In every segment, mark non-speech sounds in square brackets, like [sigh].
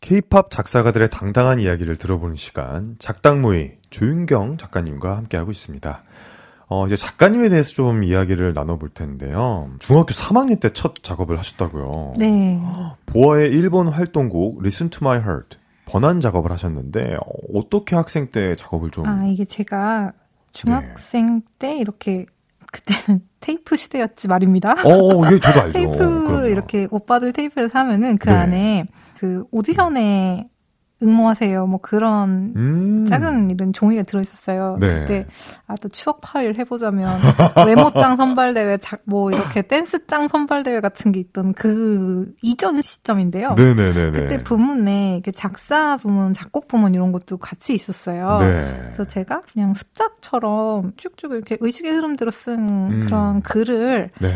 케이팝 작사가들의 당당한 이야기를 들어보는 시간, 작당모의 조윤경 작가님과 함께하고 있습니다. 어, 이제 작가님에 대해서 좀 이야기를 나눠볼 텐데요. 중학교 3학년 때 첫 작업을 하셨다고요. 네. 어. 보아의 일본 활동곡 Listen to My Heart 번안 작업을 하셨는데 어, 어떻게 학생 때 작업을 좀 아, 이게 제가 네. 중학생 때 이렇게 그때는 [laughs] 테이프 시대였지 말입니다. 어, 어, 예, 저도 알죠. [laughs] 테이프를 그럼요. 이렇게 오빠들 테이프를 사면은 그 네. 안에 그 오디션에 응모하세요. 뭐 그런 음. 작은 이런 종이가 들어있었어요. 네. 그때 아 또 추억 파일 해보자면 [laughs] 외모짱 선발대회, 자- 뭐 이렇게 댄스짱 선발대회 같은 게 있던 그 이전 시점인데요. 네네네네. 그때 부문에 이렇게 작사 부문, 작곡 부문 이런 것도 같이 있었어요. 네. 그래서 제가 그냥 습작처럼 쭉쭉 이렇게 의식의 흐름대로 쓴 음. 그런 글을 네.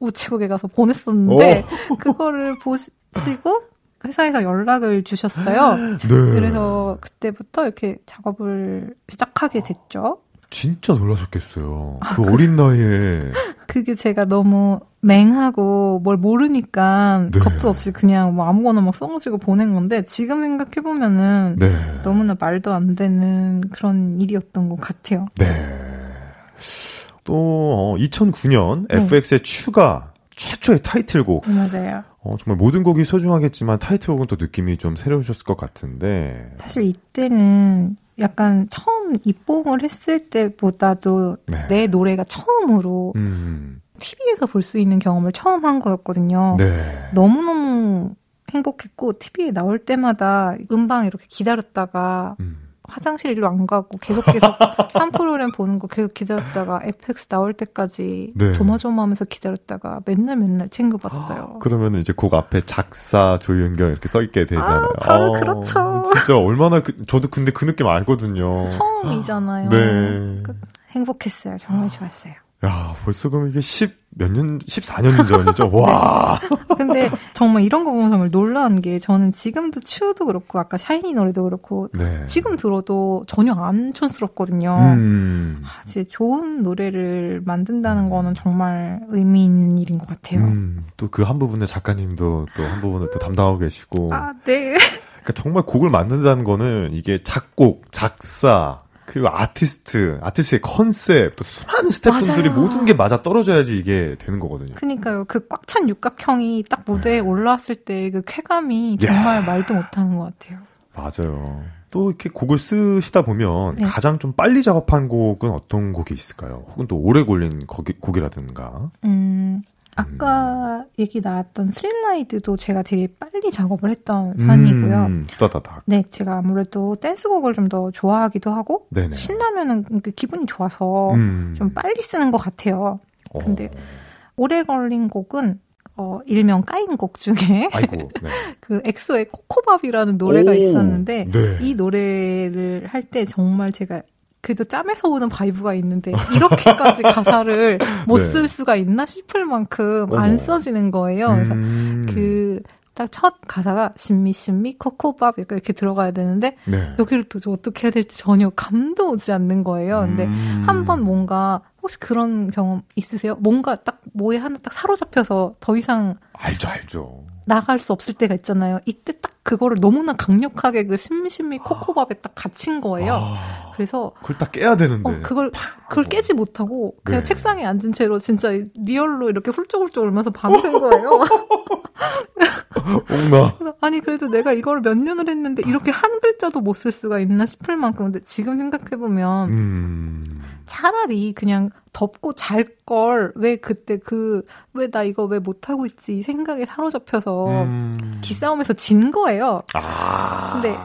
우체국에 가서 보냈었는데 [laughs] 그거를 보시고 그 회사에서 연락을 주셨어요. 네. 그래서 그때부터 이렇게 작업을 시작하게 됐죠. 진짜 놀라셨겠어요. 아, 그 어린 [laughs] 나이에 그게 제가 너무 맹하고 뭘 모르니까 네. 겁도 없이 그냥 뭐 아무거나 막 써가지고 보낸 건데 지금 생각해보면은 네. 너무나 말도 안 되는 그런 일이었던 것 같아요. 네. 또 어, 2009년 네. FX의 추가 최초의 타이틀곡. 맞아요. 어, 정말 모든 곡이 소중하겠지만 타이틀곡은 또 느낌이 좀 새로우셨을 것 같은데. 사실 이때는 약간 처음 입봉을 했을 때보다도 네. 내 노래가 처음으로 음. TV에서 볼 수 있는 경험을 처음 한 거였거든요. 네. 너무너무 행복했고 TV에 나올 때마다 음방 이렇게 기다렸다가 음. 화장실 일로 안 가고 계속 [laughs] 계속 한 프로그램 보는 거 계속 기다렸다가 FX 나올 때까지 네. 조마조마하면서 기다렸다가 맨날 맨날 챙겨봤어요. 아, 그러면 이제 곡 앞에 작사 조윤경 이렇게 써 있게 되잖아요. 어, 아, 바로 그렇죠. 진짜 얼마나 그, 저도 근데 그 느낌 알거든요. 처음이잖아요. 그 네. 행복했어요. 정말 좋았어요. 야, 벌써 그럼 이게 10 몇 년, 14년 전이죠? [laughs] 와. [laughs] 근데 정말 이런 거 보면 정말 놀라운 게 저는 지금도 츄도 그렇고 아까 샤이니 노래도 그렇고 네. 지금 들어도 전혀 안 촌스럽거든요. 음. 아, 진짜 좋은 노래를 만든다는 거는 정말 의미 있는 일인 것 같아요. 또 그 한 부분에 작가님도 또 한 부분을 또 담당하고 계시고. 아, 네. [laughs] 그러니까 정말 곡을 만든다는 거는 이게 작곡, 작사, 그리고 아티스트, 아티스트의 컨셉, 또 수많은 스태프분들이 맞아요. 모든 게 맞아 떨어져야지 이게 되는 거거든요. 그니까요. 그 꽉 찬 육각형이 딱 네. 무대에 올라왔을 때 그 쾌감이 야. 정말 말도 못하는 것 같아요. 맞아요. 또 이렇게 곡을 쓰시다 보면 네. 가장 좀 빨리 작업한 곡은 어떤 곡이 있을까요? 혹은 또 오래 걸린 거기- 곡이라든가. 음, 음. 아까 얘기 나왔던 스릴라이드도 제가 되게 빨리 작업을 했던 편이고요. 음, 따다닥. 네, 제가 아무래도 댄스곡을 좀 더 좋아하기도 하고 네네. 신나면은 그 기분이 좋아서 음. 어, 좀 빨리 쓰는 것 같아요. 어. 근데- 오래 걸린 곡은 어, 일명 까인 곡 중에 [laughs] 아이고. 네. 그 엑소의 코코밥이라는 노래가 오, 있었는데 네. 이 노래를 할 때 정말 제가 그래도 짬에서 오는 바이브가 있는데 [laughs] 이렇게까지 가사를 못 네. 쓸 수가 있나 싶을 만큼 어머. 안 써지는 거예요. 그래서 음. 그 딱 첫 가사가 신미 신미 코코밥 약간 이렇게 들어가야 되는데 네. 여기를 또 어떻게 해야 될지 전혀 감도 오지 않는 거예요. 근데 음. 한 번 뭔가 혹시 그런 경험 있으세요? 뭔가 딱 뭐에 하나 딱 사로잡혀서 더 이상 알죠, 알죠. 나갈 수 없을 때가 있잖아요. 이때 딱 그거를 너무나 강력하게 그 심심히 코코밥에 딱 갇힌 거예요. 아, 그래서 그걸 딱 깨야 되는데. 어, 그걸 그걸 깨지 못하고 그냥 네. 책상에 앉은 채로 진짜 리얼로 이렇게 훌쩍훌쩍 울면서 밤이 된 거예요. [laughs] 옥나. 그래서 아니 그래도 내가 이걸 몇 년을 했는데 이렇게 한 글자도 못 쓸 수가 있나 싶을 만큼 근데 지금 생각해 보면 음. 차라리 그냥 덮고 잘 걸 왜 그때 그 왜 나 이거 왜 못하고 있지 이 생각에 사로잡혀서 음. 어, 기싸움에서 진 거예요. 아. 근데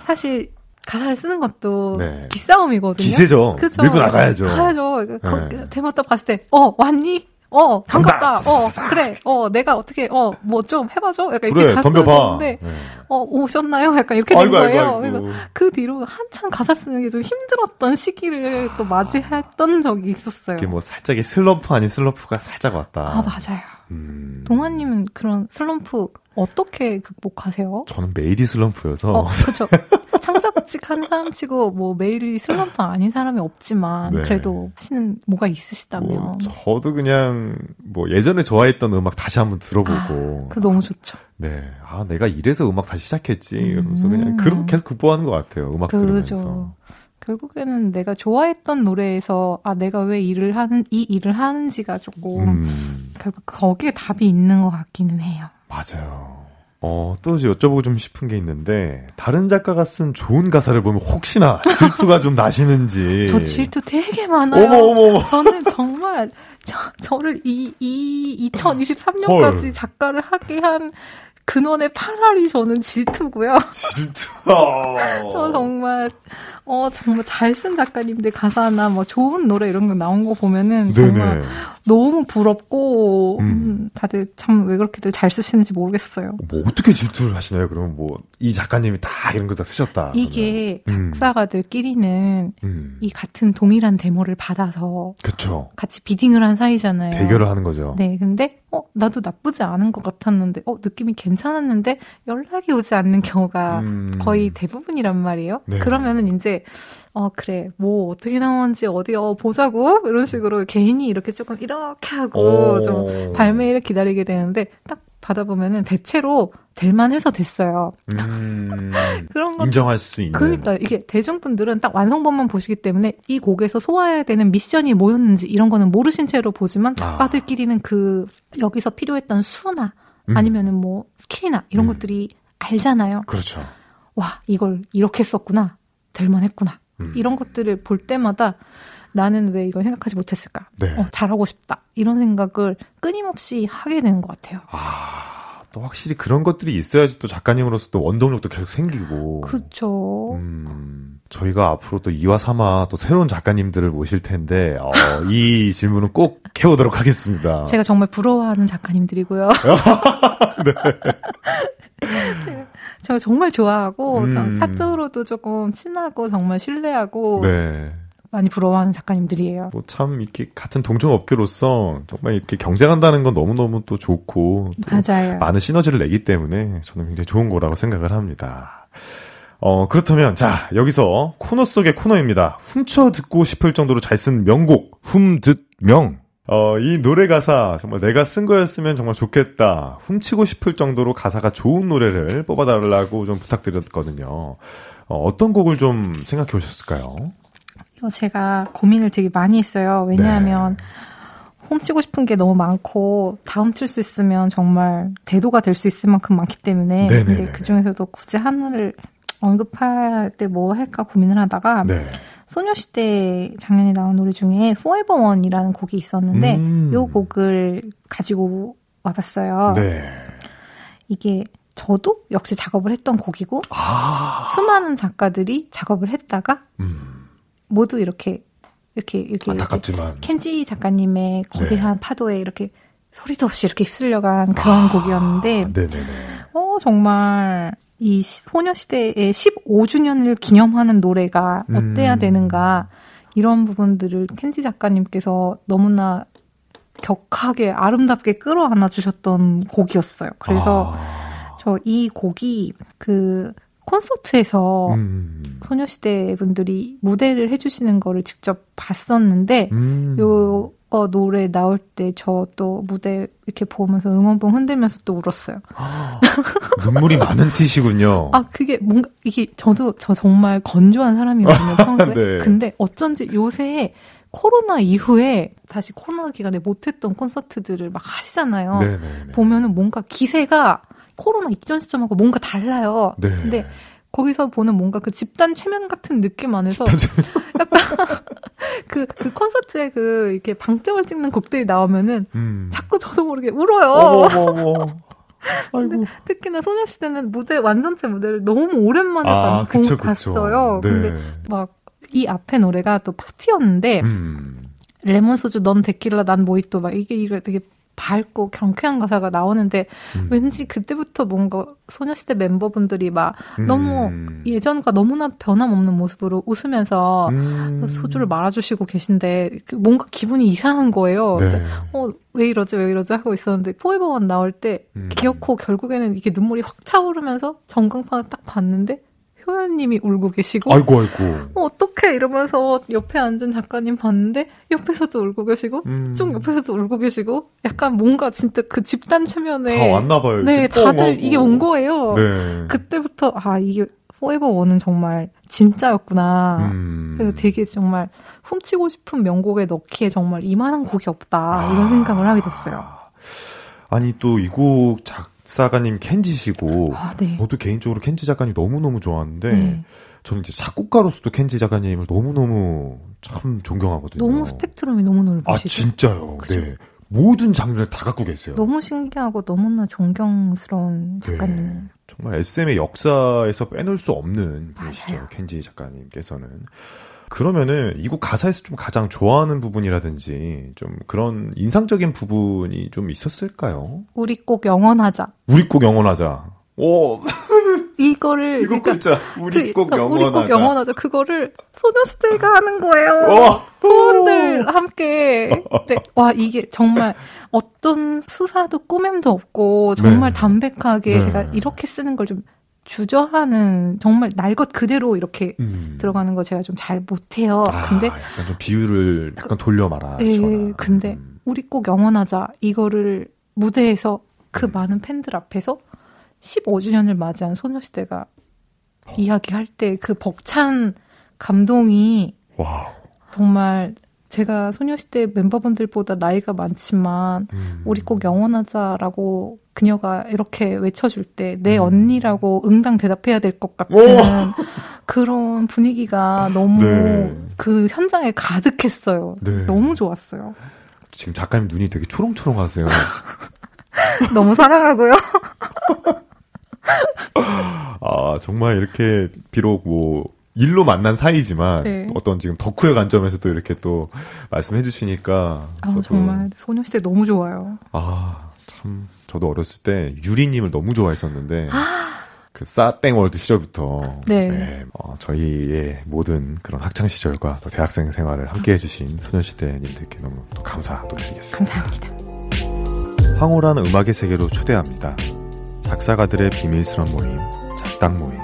사실 가사를 쓰는 것도 네. 기싸움이거든요. 기세죠. 그죠? 밀고 나가야죠. 가야죠. 거- 네. 대못답 갔을 때, 어, 왔니? 어, 반갑다. 간다. 어, 그래. 어, 내가 어떻게, 어, 뭐 좀 해봐줘. 약간 그래, 이렇게 덤벼봐. 갔었는데, 네. 어, 오셨나요? 약간 이렇게 된 거예요. 그래서 아이고. 그 뒤로 한참 가사 쓰는 게 좀 힘들었던 시기를 또 맞이했던 적이 있었어요. 아. 이게 뭐 살짝의 슬럼프 아닌 슬럼프가 살짝 왔다. 아, 맞아요. 음. 동아님은 그런 슬럼프 어떻게 극복하세요? 저는 매일이 슬럼프여서. 어, 그쵸. 창작 벌칙 한 사람치고 뭐 매일이 슬럼프 아닌 사람이 없지만 네. 그래도 하시는 뭐가 있으시다면 뭐 저도 그냥 뭐 예전에 좋아했던 음악 다시 한번 들어보고 그 너무 좋죠. 네. 아, 내가 이래서 음악 다시 시작했지. 이러면서 음. 그냥 그렇게 계속 극복하는 것 같아요. 음악 들으면서. 그죠. 결국에는 내가 좋아했던 노래에서 아 내가 왜 일을 하는 이 일을 하는지가 조금 음, 결국 거기에 답이 있는 것 같기는 해요. 맞아요. 어, 또 이제 여쭤보고 좀 싶은 게 있는데, 다른 작가가 쓴 좋은 가사를 보면 혹시나 질투가 좀 나시는지. [laughs] 저 질투 되게 많아요. 예. 어머, 어머, 어머. 저는 정말 저, 저를 이, 이 2023년까지 헐. 작가를 하게 한 근원의 8알이 저는 질투고요. [laughs] 질투. 저 정말 어 정말 잘 쓴 작가님들 가사나 뭐 좋은 노래 이런 거 나온 거 보면은 정말 네네. 너무 부럽고 음, 음. 다들 참 왜 그렇게들 잘 쓰시는지 모르겠어요. 뭐 어떻게 질투를 하시나요? 그러면 뭐 이 작가님이 다 이런 거 다 쓰셨다. 이게 음. 작사가들끼리는 그러면. 음. 이 같은 동일한 데모를 받아서 그쵸. 같이 비딩을 한 사이잖아요. 대결을 하는 거죠. 네, 근데 어 나도 나쁘지 않은 것 같았는데 어 느낌이 괜찮았는데 연락이 오지 않는 경우가 음. 거의 대부분이란 말이에요. 네. 그러면은 이제 어 그래 뭐 어떻게 나왔는지 어디 어 보자고 이런 식으로 개인이 이렇게 조금 이렇게 하고 오. 좀 발매일을 기다리게 되는데 딱 받아보면은 대체로 될만해서 됐어요. 음. 그런 것 인정할 수 있는. 어, 그러니까 이게 대중분들은 딱 완성본만 보시기 때문에 이 곡에서 소화해야 되는 미션이 뭐였는지 이런 거는 모르신 채로 아. 보지만 작가들끼리는 그 여기서 필요했던 수나 음. 아니면은 뭐 스킬이나 이런 음. 것들이 알잖아요. 그렇죠. 와 이걸 이렇게 썼구나 될만했구나 음. 이런 것들을 볼 때마다 나는 왜 이걸 생각하지 못했을까? 네. 어, 잘하고 싶다 이런 생각을 끊임없이 하게 되는 것 같아요. 아, 또 확실히 그런 것들이 있어야지 또 작가님으로서 또 원동력도 계속 생기고. 그렇죠. 음, 저희가 앞으로 또 2화 3화 또 새로운 작가님들을 모실 텐데, 어, 이 [laughs] 질문은 꼭 해오도록 하겠습니다. 제가 정말 [laughs] 부러워하는 작가님들이고요. 네. 제가 정말 좋아하고 음. 저 사적으로도 조금 친하고 정말 신뢰하고 네. 많이 부러워하는 작가님들이에요. 뭐 참 이렇게 같은 동종 업계로서 정말 이렇게 경쟁한다는 건 너무너무 또 좋고 또 맞아요. 많은 시너지를 내기 때문에 저는 굉장히 좋은 거라고 생각을 합니다. 어, 그렇다면, 자, 여기서 코너 속의 코너입니다. 훔쳐 듣고 싶을 정도로 잘 쓴 명곡, 훔듣명. 어, 이 노래 가사, 정말 내가 쓴 거였으면 정말 좋겠다. 훔치고 싶을 정도로 가사가 좋은 노래를 뽑아달라고 좀 부탁드렸거든요. 어, 어떤 곡을 좀 생각해 오셨을까요? 이거 제가 고민을 되게 많이 했어요. 왜냐하면 네. 훔치고 싶은 게 너무 많고 다 훔칠 수 있으면 정말 대도가 될 수 있을 만큼 많기 때문에 네네네네. 근데 그 중에서도 굳이 하나를 언급할 때 뭐 할까 고민을 하다가 네. 소녀시대 작년에 나온 노래 중에 Forever One이라는 곡이 있었는데 음. 이 곡을 가지고 와봤어요. 네. 이게 저도 역시 작업을 했던 곡이고 아. 수많은 작가들이 작업을 했다가 음. 그 모두 이렇게 이렇게 이렇게 이렇게 안타깝지만. 네. 켄지 작가님의 거대한 파도에 이렇게 소리도 없이 이렇게 휩쓸려간 그런 아, 곡이었는데 네네네. 어 정말 이 시- 소녀시대의 15주년을 기념하는 노래가 어때야 음. 되는가 이런 부분들을 켄지 작가님께서 너무나 격하게 아름답게 끌어안아 주셨던 곡이었어요. 그래서 아. 저 이 곡이 그 콘서트에서 음. 소녀시대 분들이 무대를 해주시는 거를 직접 봤었는데 음. 요거 노래 나올 때 저 또 무대 이렇게 보면서 응원봉 흔들면서 또 울었어요. 아, 눈물이 많은 티시군요. [laughs] 아 그게 뭔가 이게 저도 저 정말 [laughs] 건조한 사람이거든요 평소에. 네. 근데 어쩐지 요새 코로나 이후에 다시 코로나 기간에 못했던 콘서트들을 막 하시잖아요. 네네. 어. 보면은 뭔가 기세가 코로나 입전 시점하고 뭔가 달라요. 네. 근데 거기서 보는 뭔가 그 집단 체면 같은 느낌 안에서 [laughs] 그, 그 콘서트에 그 이렇게 방점을 찍는 곡들이 나오면은 음. 자꾸 저도 모르게 울어요. 어머, 어머, 어머. 아이고. 특히나 소녀시대는 무대 완전체 무대를 너무 오랜만에 아, 봐- 보- 그쵸, 그쵸. 봤어요. 네. 근데 막 이 앞에 노래가 또 파티였는데 음. 레몬 소주 넌 데킬라 난 모히또 막 이게 이게 되게 밝고 경쾌한 가사가 나오는데 음. 왠지 그때부터 뭔가 소녀시대 멤버분들이 막 음. 너무 예전과 너무나 변함없는 모습으로 웃으면서 음. 소주를 말아주시고 계신데 그 뭔가 기분이 이상한 거예요. 네. 어, 왜 이러지, 왜 이러지 하고 있었는데, 포에버 원 나올 때, 음. 기어코 결국에는 이게 눈물이 확 차오르면서 전광판을 딱 봤는데, 효연님이 울고 계시고 아이고 아이고. 어, 어떡해 이러면서 옆에 앉은 작가님 봤는데 옆에서도 울고 계시고 음. 좀 옆에서도 울고 계시고 약간 뭔가 진짜 그 집단 체면에 다 왔나 봐요. 네 이렇게 다들 뻥하고. 이게 온 거예요. 네. 그때부터 아 이게 포에버 원은 정말 진짜였구나. 음. 그래서 되게 정말 훔치고 싶은 명곡에 넣기에 정말 이만한 곡이 없다 아. 이런 생각을 하게 됐어요. 아니 또 이 곡 작사가님 켄지시고 아 네. 저도 개인적으로 켄지 작가님 너무 너무 좋아하는데 네. 저는 이제 작곡가로서도 켄지 작가님을 너무 너무 참 존경하거든요. 너무 스펙트럼이 너무 아 넓으시죠. 진짜요. 그죠? 네. 모든 장르를 다 갖고 계세요. 너무 신기하고 너무나 존경스러운 작가님. 네. 정말 SM의 역사에서 빼놓을 수 없는 분이시죠. 맞아요. 켄지 작가님께서는. 그러면은 이 곡 가사에서 좀 가장 좋아하는 부분이라든지 좀 그런 인상적인 부분이 좀 있었을까요? 우리 꼭 영원하자. 우리 꼭 영원하자. 오, 이거 이거를 네, 그러니까 글자. 우리 그- 꼭 그러니까 우리 영원하자. 꼭 영원하자. 그거를 소녀시대가 하는 거예요. 와, 소원들 함께. [laughs] 네. 와 이게 정말 어떤 수사도 꼬맴도 없고 정말 네. 담백하게 네. 제가 이렇게 쓰는 걸 좀 주저하는 정말 날 것 그대로 이렇게 음. 들어가는 거 제가 좀 잘 못해요. 아, 어, 근데 약간 좀 비율을 약간 돌려 말하시거나. 네, 근데 음. 우리 꼭 영원하자 이거를 무대에서 그 음. 많은 팬들 앞에서 15주년을 맞이한 소녀시대가 이야기할 때 그 벅찬 감동이 와우. 정말 제가 소녀시대 멤버분들보다 나이가 많지만 음. 우리 꼭 영원하자라고 그녀가 이렇게 외쳐줄 때 내 음. 언니라고 응당 대답해야 될 것 같은 그런 분위기가 너무 네. 그 현장에 가득했어요. 네. 너무 좋았어요. 지금 작가님 눈이 되게 초롱초롱하세요. 너무 사랑하고요. 아, 정말 이렇게 비록 뭐 일로 만난 사이지만 네. 어떤 지금 덕후의 관점에서도 이렇게 또 말씀해 주시니까 아, 정말 소녀시대 너무 좋아요. 아, 참 저도 어렸을 때 유리 님을 너무 좋아했었는데 그 싸땡월드 시절부터 네. 어, 저희의 모든 그런 학창 시절과 또 대학생 생활을 함께 해주신 소녀시대님들께 너무 또 감사드리겠습니다. 감사합니다. 황홀한 음악의 세계로 초대합니다. 작사가들의 비밀스런 모임, 작당 모임.